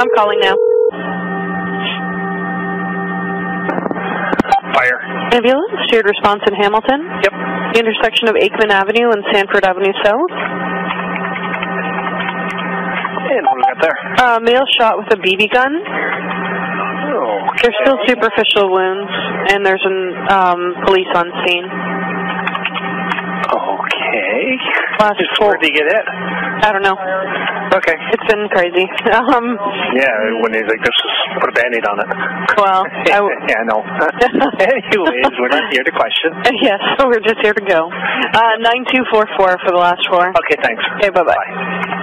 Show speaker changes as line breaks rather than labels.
I'm calling now.
Fire.
Ambulance, shared response in Hamilton,
Yep.
intersection of Aikman Avenue and Sanford Avenue South.
And what do we got there?
Uh, male shot with a BB gun.
Okay.
There's still superficial wounds, and there's an um, police on scene.
Okay.
Last
Just
four.
where'd he get hit?
I don't know.
Okay.
It's been crazy. Um,
Yeah, when he's like, let's just put a band-aid on it.
well, I w-
yeah, I know. Anyways, we're not here to question.
yes, we're just here to go. Uh, 9244 for the last four.
Okay, thanks.
Okay, bye-bye.
Bye.